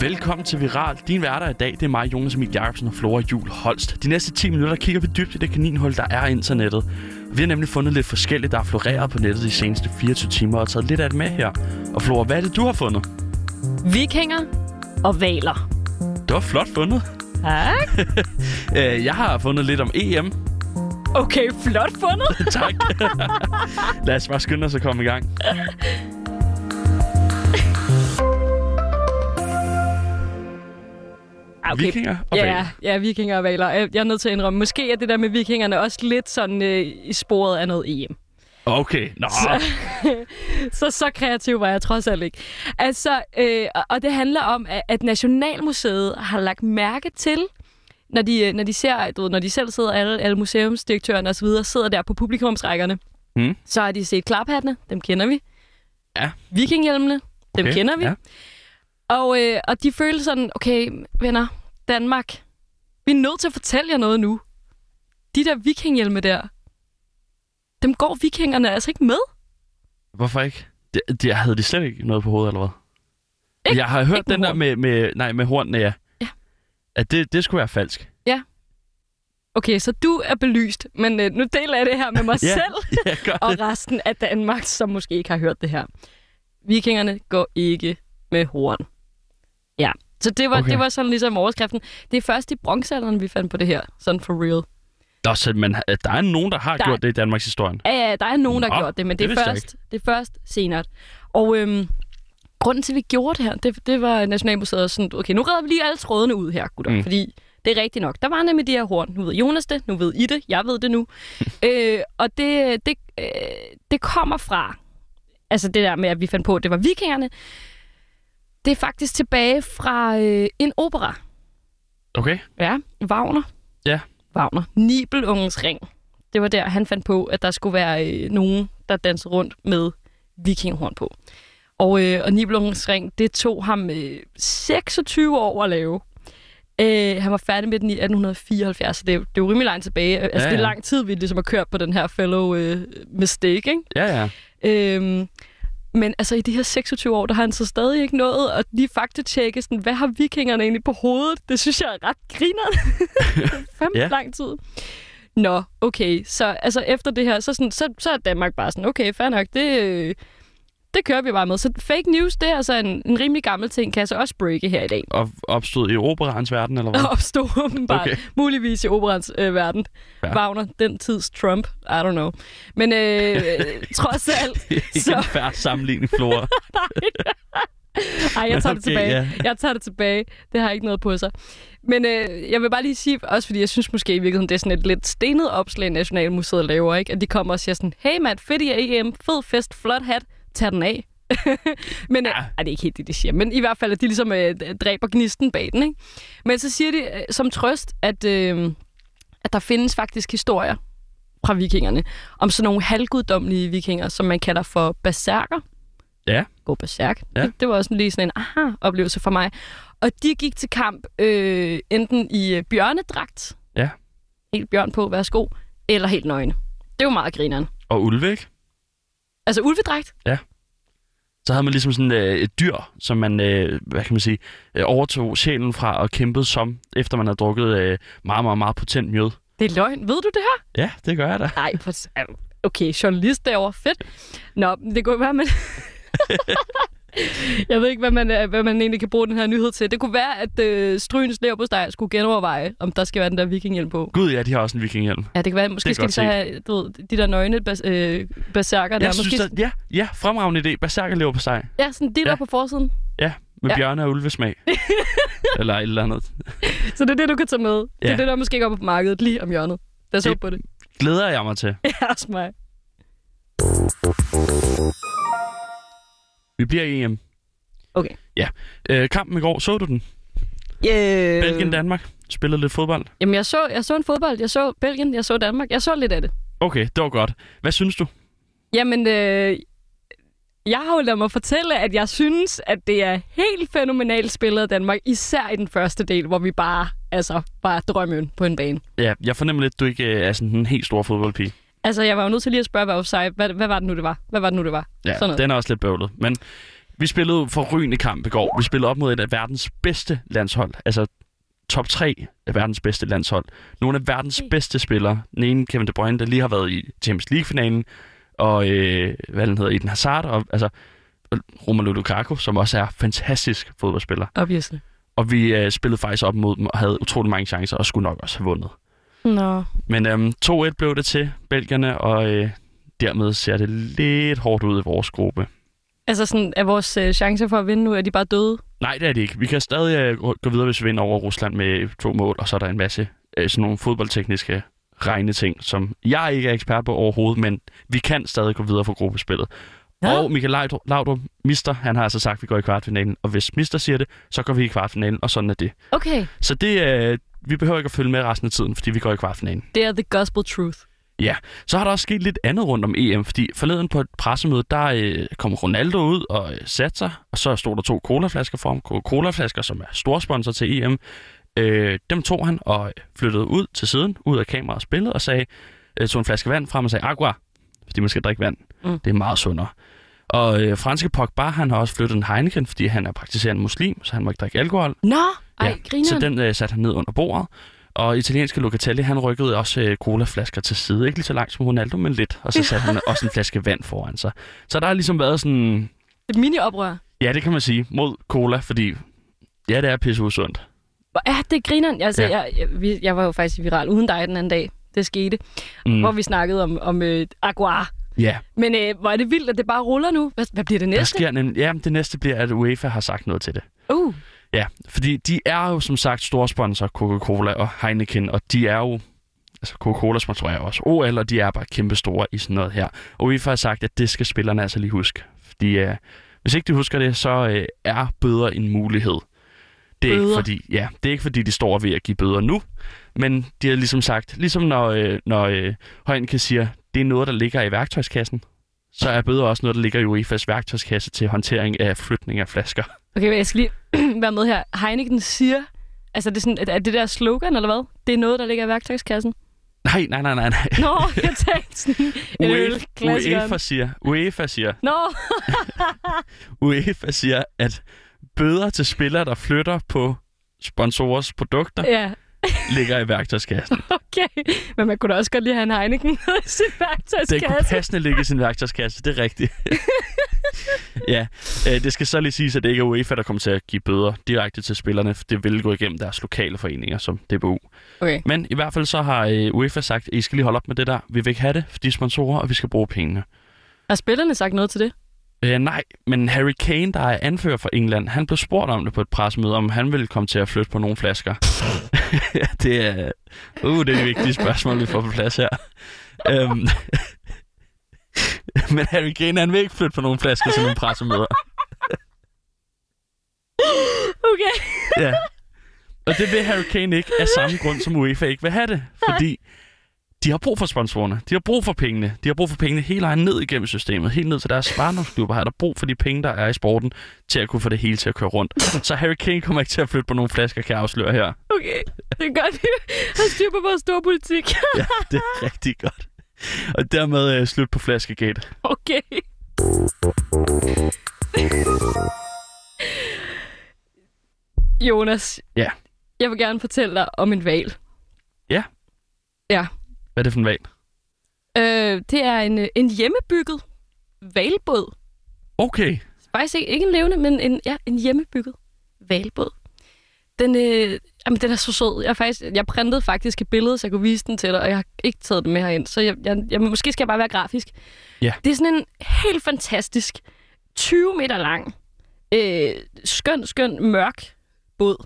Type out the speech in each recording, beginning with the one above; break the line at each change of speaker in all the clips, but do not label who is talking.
velkommen til Viral. Din værter i dag, det er mig, Jonas Emil Jacobsen og Flora Jul Holst. De næste 10 minutter kigger vi dybt i det kaninhul, der er internettet. Vi har nemlig fundet lidt forskelligt, der er floreret på nettet de seneste 24 timer og taget lidt af det med her. Og Flora, hvad er det, du har fundet?
Vikinger og valer.
Det var flot fundet.
Tak.
Øh, jeg har fundet lidt om EM.
Okay, flot fundet.
tak. Lad os bare skynde os at komme i gang.
Ah,
Vikinger og
ja,
valer.
Ja, vikinger og valer. Jeg jeg er nødt til at indrømme, måske er det der med vikingerne også lidt sådan øh, i sporet af noget EM.
Okay, nå.
Så så kreativ var jeg trods alt ikke. Altså, øh, og- og det handler om, at- at Nationalmuseet har lagt mærke til, når de, øh, når de ser, du ved, når de selv sidder, alle, alle museumsdirektørerne osv., sidder der på publikumsrækkerne,
Mm.
så har de set klaphattene, dem kender vi.
Ja.
Vikinghjelmene, dem
Okay,
kender vi.
ja.
Og, øh, og de følte sådan, okay, venner, Danmark, vi er nødt til at fortælle jer noget nu. De der vikinghjelme der, dem går vikingerne altså ikke med.
Hvorfor ikke? Det, det, havde de slet ikke noget på hovedet, eller hvad?
Ikke-
jeg har hørt
ikke med
den der
horn.
med, med, nej, med hornene, ja.
Ja.
At det, det skulle være falsk.
Okay, så du er belyst, men øh, nu deler jeg det her med mig
Ja.
selv
Jeg gør
og resten af Danmark, som måske ikke har hørt det her. Vikingerne går ikke med horn. Ja, så det var,
Okay.
okay. det var sådan ligesom overskriften. Det er først i bronzealderen, vi fandt på det her, sådan for real.
Nå, så man, der er nogen, der har der...
Der-
gjort det i Danmarks historie.
Ja, ja, der er nogen, der
Nå,
har gjort det, men
det
det, det,
vidste
er
jeg
først, det er først senere. Og øhm, grunden til, at vi gjorde det her, det, det var Nationalmuseet også sådan, okay, nu redder vi lige alle trådene ud her, gutter,
Mm.
mm. fordi det er rigtigt nok. Der var nemlig de her horn. Nu ved Jonas det, nu ved I det, jeg ved det nu. øh, og det, det, øh, det kommer fra, altså det der med, at vi fandt på, at det var vikingerne, det er faktisk tilbage fra øh, en opera.
Okay?
Ja, Wagner.
Ja.
Wagner. Nibelungens ring. Det var der, han fandt på, at der skulle være øh, nogen, der dansede rundt med vikinghorn på. Og, øh, og Nibelungens ring, det tog ham øh, 26 år at lave. Øh, han var færdig med den i 1874, så det, er jo- det er jo rimelig langt tilbage.
Ja,
Altså, ja, ja. det
ja.
er lang tid, vi ligesom har kørt på den her fellow øh, mistake, ikke?
Ja, ja.
Øhm, men altså i de her 26 år, der har han så stadig ikke nået at lige faktatjekke, sådan, hvad har vikingerne egentlig på hovedet? Det synes jeg er ret griner. Fem
Ja.
ja. lang tid. Nå, okay. Så altså, efter det her, så, sådan, så, så er Danmark bare sådan, okay, fair nok, det, øh, det kører vi bare med. Så fake news, det er altså en, en rimelig gammel ting, kan jeg så også breake her i dag.
Og opstod i operaens verden, eller hvad?
Og opstod åbenbart.
Okay.
Okay. Muligvis i operans øh, verden.
Ja.
Ja. Wagner, den tids Trump, I don't know. Men øh, trods alt,
Ikke
så-
en færre sammenligning, Flora.
Ej, jeg tager
Okay,
det tilbage.
ja.
Jeg tager det tilbage. Det har ikke noget på sig. Men øh, jeg vil bare lige sige, også fordi jeg synes måske i virkeligheden, det er sådan et lidt stenet opslag, Nationalmuseet laver, ikke? At de kommer og siger sådan, hey mand, fedt i EM, fed fest, flot hat, tag den af. men ja. øh, ej, det er ikke helt det, de siger. Men i hvert fald, at de ligesom øh, dræber gnisten bag den, ikke? Men så siger de øh, som trøst, at, øh, at der findes faktisk historier fra vikingerne, om sådan nogle halvguddommelige vikinger, som man kalder for berserker
ja.
gå berserk.
Ja.
Ja. Det, det var også lige sådan en aha-oplevelse for mig. Og de gik til kamp øh, enten i øh, bjørnedragt,
Ja.
helt bjørn på, værsgo, eller helt nøgne. Det var meget grineren.
Og ulve, ikke?
Altså ulvedragt?
Så havde man ligesom sådan øh, et dyr, som man, øh, hvad kan man sige, øh, overtog sjælen fra og kæmpede som, efter man havde drukket øh, meget, meget, meget potent mjød.
Det er løgn. Ved du det her?
Ja, det gør jeg da.
Nej, for... okay, journalist derovre. Fedt. Nå, det kunne være, man... Jeg ved ikke, hvad man, øh, hvad man egentlig kan bruge den her nyhed til. Det kunne være, at øh, Strygens leverpostej skulle genoverveje, om der skal være den der vikinghjelm på.
Gud ja, de har også en vikinghjelm.
Ja, det kan være.
Det
Måske
er
skal de så
godt
have du ved, de der nøgne bas, øh, berserker der.
Jeg
Måske,
synes, at, ja, ja, fremragende idé. Berserker lever på sig.
Ja, sådan det der
Ja.
på forsiden.
Ja, med ja.
Ja.
bjørne og ulvesmag. eller et eller andet.
Så det er det, du kan tage med. Det
Ja.
er det, der måske går på markedet lige om hjørnet. Lad os
Det-
håbe på det.
Glæder jeg mig til.
Ja, også mig.
Vi bliver i EM.
Okay.
Ja. Øh, kampen i går, så du den?
Yeah.
Belgien-Danmark. Spillede lidt fodbold.
Jamen, jeg så, jeg så en fodbold. Jeg så Belgien. Jeg så Danmark. Jeg så lidt af det.
Okay, det var godt. Hvad synes du?
Jamen, øh, jeg har jo ladet mig fortælle, at jeg synes, at det er helt fænomenalt spillet af Danmark. Især i den første del, hvor vi bare, altså, bare er drømmen på en bane.
Ja, jeg fornemmer lidt, at du ikke øh, er sådan en helt stor fodboldpige.
Altså, jeg var jo nødt til lige at spørge, hvad, offside, hvad, hvad var det nu, det var? Hvad var det nu, det var?
Ja,
Sådan noget.
den er også lidt bøvlet. Men Vi spillede forrygende kamp i går. Vi spillede op mod et af verdens bedste landshold. Altså top 3 af verdens bedste landshold. Nogle af verdens
Okay.
bedste spillere. Den ene, Kevin De Bruyne, der lige har været i Champions League-finalen. Og øh, hvad den hedder, Eden Hazard. Og, altså, og Romelu Lukaku, som også er fantastisk fodboldspiller.
Obviously.
Og vi øh, spillede faktisk op mod dem og havde utrolig mange chancer og skulle nok også have vundet.
Nå.
Men øhm, 2-1 blev det til Belgierne, og øh, dermed ser det lidt hårdt ud i vores gruppe.
Altså sådan, er vores øh, chancer for at vinde nu, er de bare døde?
Nej, det er det ikke. Vi kan stadig øh, gå gå videre, hvis vi vinder over Rusland med to mål, og så er der en masse øh, sådan nogle fodboldtekniske regneting, som jeg ikke er ekspert på overhovedet, men vi kan stadig gå videre fra gruppespillet. Ja. Og Michael Laudrup, Laudrup, Mister, han har altså sagt, at vi går i kvartfinalen, og hvis Mister siger det, så går vi i kvartfinalen, og sådan er det.
Okay.
Så det, øh, vi behøver ikke at følge med resten af tiden, fordi vi går i kvartfinalen.
Det er the gospel truth.
Så har der også sket lidt andet rundt om EM, fordi forleden på et pressemøde, der øh, kom Ronaldo ud og øh, satte sig, og så stod der to colaflasker for ham. Colaflasker, som er storsponsor til EM. Øh, dem tog han og flyttede ud til siden, ud af kameraets billede, og sagde, øh, tog en flaske vand frem og sagde, agua, fordi man skal drikke vand.
Mm.
Mm. Det er meget sundere. Og øh, franske Pogba, han har også flyttet en Heineken, fordi han er praktiserende muslim, så han må ikke drikke alkohol.
Nå, ej,
Ja,
ja.
Så
griner den...
den øh, satte han ned under bordet. Og italienske Locatelli, han rykkede også øh, colaflasker til side. Ikke lige så langt som Ronaldo, men lidt. Og så satte han også en flaske vand foran sig. Så der har ligesom været sådan...
Et mini-oprør.
Ja, det kan man sige. Mod cola, fordi... Ja, det er pisseusundt.
Hvor er det grineren? Altså,
Ja.
ja. jeg, jeg, vi- jeg var jo faktisk viral uden dig den anden dag. Det skete. Mm. Hvor vi snakkede om, om øh, agua.
Ja,
Men øh, hvor er det vildt, at det bare ruller nu. Hvad, hvad bliver det
der
næste?
sker nemlig, ja, det næste bliver, at UEFA har sagt noget til det.
Uh,
Ja, fordi de er jo som sagt store sponsor, Coca-Cola og Heineken, og de er jo, altså Coca-Cola sponsorerer også OL, og de er bare kæmpe store i sådan noget her. Og vi har sagt, at det skal spillerne altså lige huske. Fordi øh, hvis ikke de husker det, så øh, er bøder en mulighed. Det er, ikke
Bøder?
fordi, ja, det er ikke fordi, de står ved at give bøder nu, men de har ligesom sagt, ligesom når, øh, når øh, Højen kan sige, det er noget, der ligger i værktøjskassen, så er bøder også noget, der ligger i UEFA's værktøjskasse til håndtering af flytning af flasker.
okay, men jeg skal lige være med her. Heineken siger, altså det er, sådan, er det der slogan, eller hvad? Det er noget, der ligger i værktøjskassen.
Nej, nej, nej, nej, nej.
Nå, jeg tænkte
E
sådan en øl,
UEFA, UEFA siger, UEFA siger,
Nå,
UEFA siger, at bøder til spillere, der flytter på sponsorers produkter,
ja,
ligger i værktøjskassen.
okay. Men man kunne da også godt lige have en Heineken i sin
Den kunne
værktøjskasse.
passende ligge i sin værktøjskasse, det er rigtigt. ja, øh, det skal så lige siges, at det ikke er UEFA, der kommer til at give bøder direkte til spillerne, for det vil gå igennem deres lokale foreninger, som DBU.
Okay.
Men i hvert fald så har øh, UEFA sagt, at I skal lige holde op med det der. Vi vil ikke have det, for de er sponsorer, og vi skal bruge pengene.
Har spillerne sagt noget til det?
Øh, nej, men Harry Kane, der er anfører for England, han blev spurgt om det på et pressemøde, om han ville komme til at flytte på nogle flasker. ja, det er... Uh, det er de vigtige spørgsmål, vi får på plads her. Øhm, men Harry Kane, han vil ikke flytte på nogle flasker til nogle pressemøder.
Okay.
Ja. Og det vil Harry Kane ikke af samme grund, som UEFA ikke vil have det. Fordi de har brug for sponsorerne. De har brug for pengene. De har brug for pengene hele vejen ned igennem systemet. Helt ned til deres barndomsklubber har der brug for de penge, der er i sporten, til at kunne få det hele til at køre rundt. Så Harry Kane kommer ikke til at flytte på nogle flasker, kan jeg afsløre her.
Okay, det er godt, vi har styr på vores store politik.
Ja, det er rigtig godt. Og dermed øh, slut på Flaskegate.
Okay. Jonas.
Ja.
Jeg vil gerne fortælle dig om en val.
Hvad er det for en valg?
Øh, det er en, øh, en hjemmebygget valbåd.
Okay.
Faktisk ikke, ikke en levende, men en, ja, en hjemmebygget valbåd. Den, øh, jamen, den er så sød. Jeg, har faktisk, jeg printede faktisk et billede, så jeg kunne vise den til dig, og jeg har ikke taget den med herind. Så jeg, jeg, jeg, måske skal jeg bare være grafisk.
Ja.
Det er sådan en helt fantastisk, 20 meter lang, øh, skøn, skøn, mørk båd,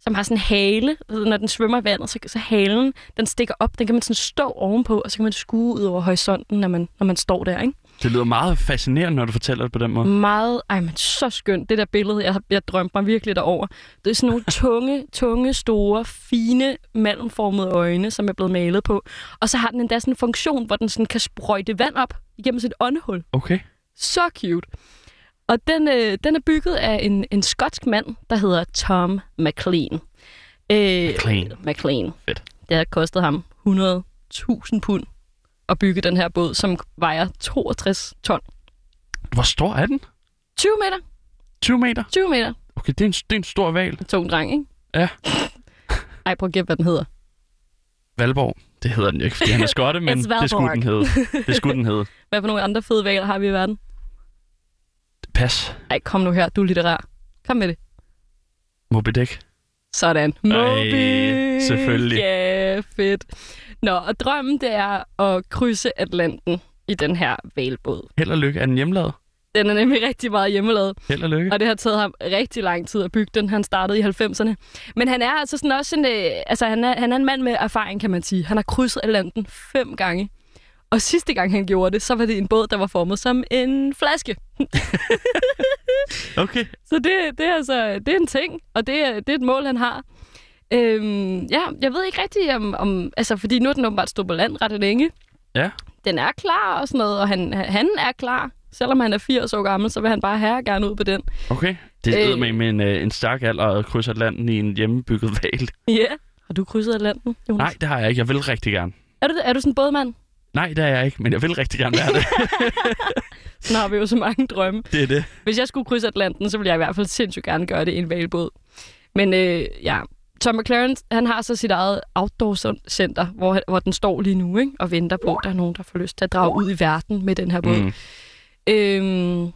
som har sådan en hale. Så Når den svømmer i vandet, så, så halen, den stikker op. Den kan man sådan stå ovenpå, og så kan man skue ud over horisonten, når man, når man står der, ikke?
Det lyder meget fascinerende, når du fortæller det på den
Mm.
måde.
Meget, ej, men så skønt. Det der billede, jeg, jeg drømte mig virkelig derover. Det er sådan nogle tunge, tunge, store, fine, malmformede øjne, som er blevet malet på. Og så har den endda sådan en funktion, hvor den sådan kan sprøjte vand op igennem sit åndehul.
Okay.
Så cute. Og den, øh, den er bygget af en, en skotsk mand, der hedder Tom McLean. Øh,
McLean.
McLean.
Fedt.
Det har kostet ham 100.000 pund at bygge den her båd, som vejer 62 ton.
Hvor stor er den?
20 meter.
20 meter?
20 meter.
Okay, det er en, det er en stor val.
Tung dreng, ikke?
Ja.
Ej, prøv at gætte, hvad den hedder.
Valborg. Det hedder den jo ikke, fordi han er skotte, men
It's
det skulle
Valborg.
den hedde. Det skulle den hedde.
Hvad for nogle andre fede valer har vi i verden?
Pas.
Ej, kom nu her, du er litterær. Kom med det.
Moby Dick.
Sådan. Moby!
selvfølgelig.
Ja, fedt. Nå, og drømmen det er at krydse Atlanten i den her valbåd.
Held og lykke. Er den hjemmelavet?
Den er nemlig rigtig meget hjemmelavet,
Held og lykke.
og det har taget ham rigtig lang tid at bygge den. Han startede i 90'erne. Men han er altså sådan også en, øh, altså han er, han er en mand med erfaring, kan man sige. Han har krydset Atlanten fem gange. Og sidste gang han gjorde det, så var det en båd, der var formet som en flaske.
Okay.
Så det, det, er altså, det er en ting, og det, er- det er et mål, han har. Øhm, ja, jeg ved ikke rigtig om, om... Altså, fordi nu er den åbenbart stået på land ret længe.
Ja.
Den er klar og sådan noget, og han, han er klar. Selvom han er 80 år gammel, så vil han bare herre gerne ud på den.
Okay. Det er
Øh.
med, med en, øh, en stærk alder at krydse Atlanten i en hjemmebygget val.
Ja. Yeah. Har du krydset Atlanten, Jonas?
Nej, det har jeg ikke. Jeg vil rigtig gerne.
Er du, det? er du sådan en bådmand?
Nej, det er jeg ikke, men jeg vil rigtig gerne være det.
Sådan har vi jo så mange drømme.
Det er det.
Hvis jeg skulle krydse Atlanten, så ville jeg i hvert fald sindssygt gerne gøre det i en valbåd. Men øh, ja, Tom McLaren, han har så sit eget outdoor-center, hvor, han- hvor den står lige nu, ikke? og venter på, at der er nogen, der får lyst til at drage ud i verden med den her båd. Mm.
Mm.
Øhm,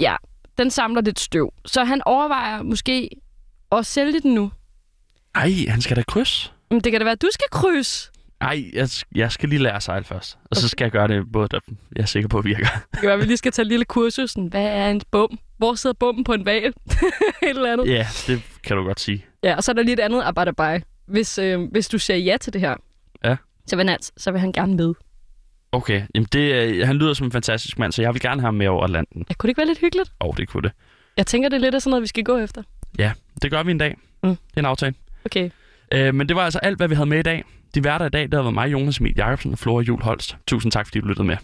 ja, den samler lidt støv. Så han overvejer måske at sælge den nu.
Ej, han skal da krydse.
Men det kan da være, at du skal krydse.
Ej, jeg, jeg skal lige lære at sejle først. Og så skal jeg gøre det, både der jeg er sikker på virker.
Det kan være, at vi lige skal tage et lille kursus. Sådan, hvad er en bum? Hvor sidder bummen på en val? et eller andet.
Ja, det kan du godt sige.
Ja, og så er der lige et andet arbejde bare. Hvis, øh, hvis du siger ja til det her,
Ja.
så, vil han, altså- så vil han gerne med.
Okay, jamen det, øh, han lyder som en fantastisk mand, så jeg vil gerne have ham med over Atlanten.
Ja, kunne det ikke være lidt hyggeligt?
Åh, oh, det kunne det.
Jeg tænker, det er lidt af sådan noget, vi skal gå efter.
Ja, det gør vi en dag.
Mm.
Det er en aftale.
Okay.
Øh, men det var altså alt, hvad vi havde med i dag. De værter i dag, der var mig, Jonas Emil Jacobsen og Flora Jul Holst. Tusind tak, fordi du lyttede med.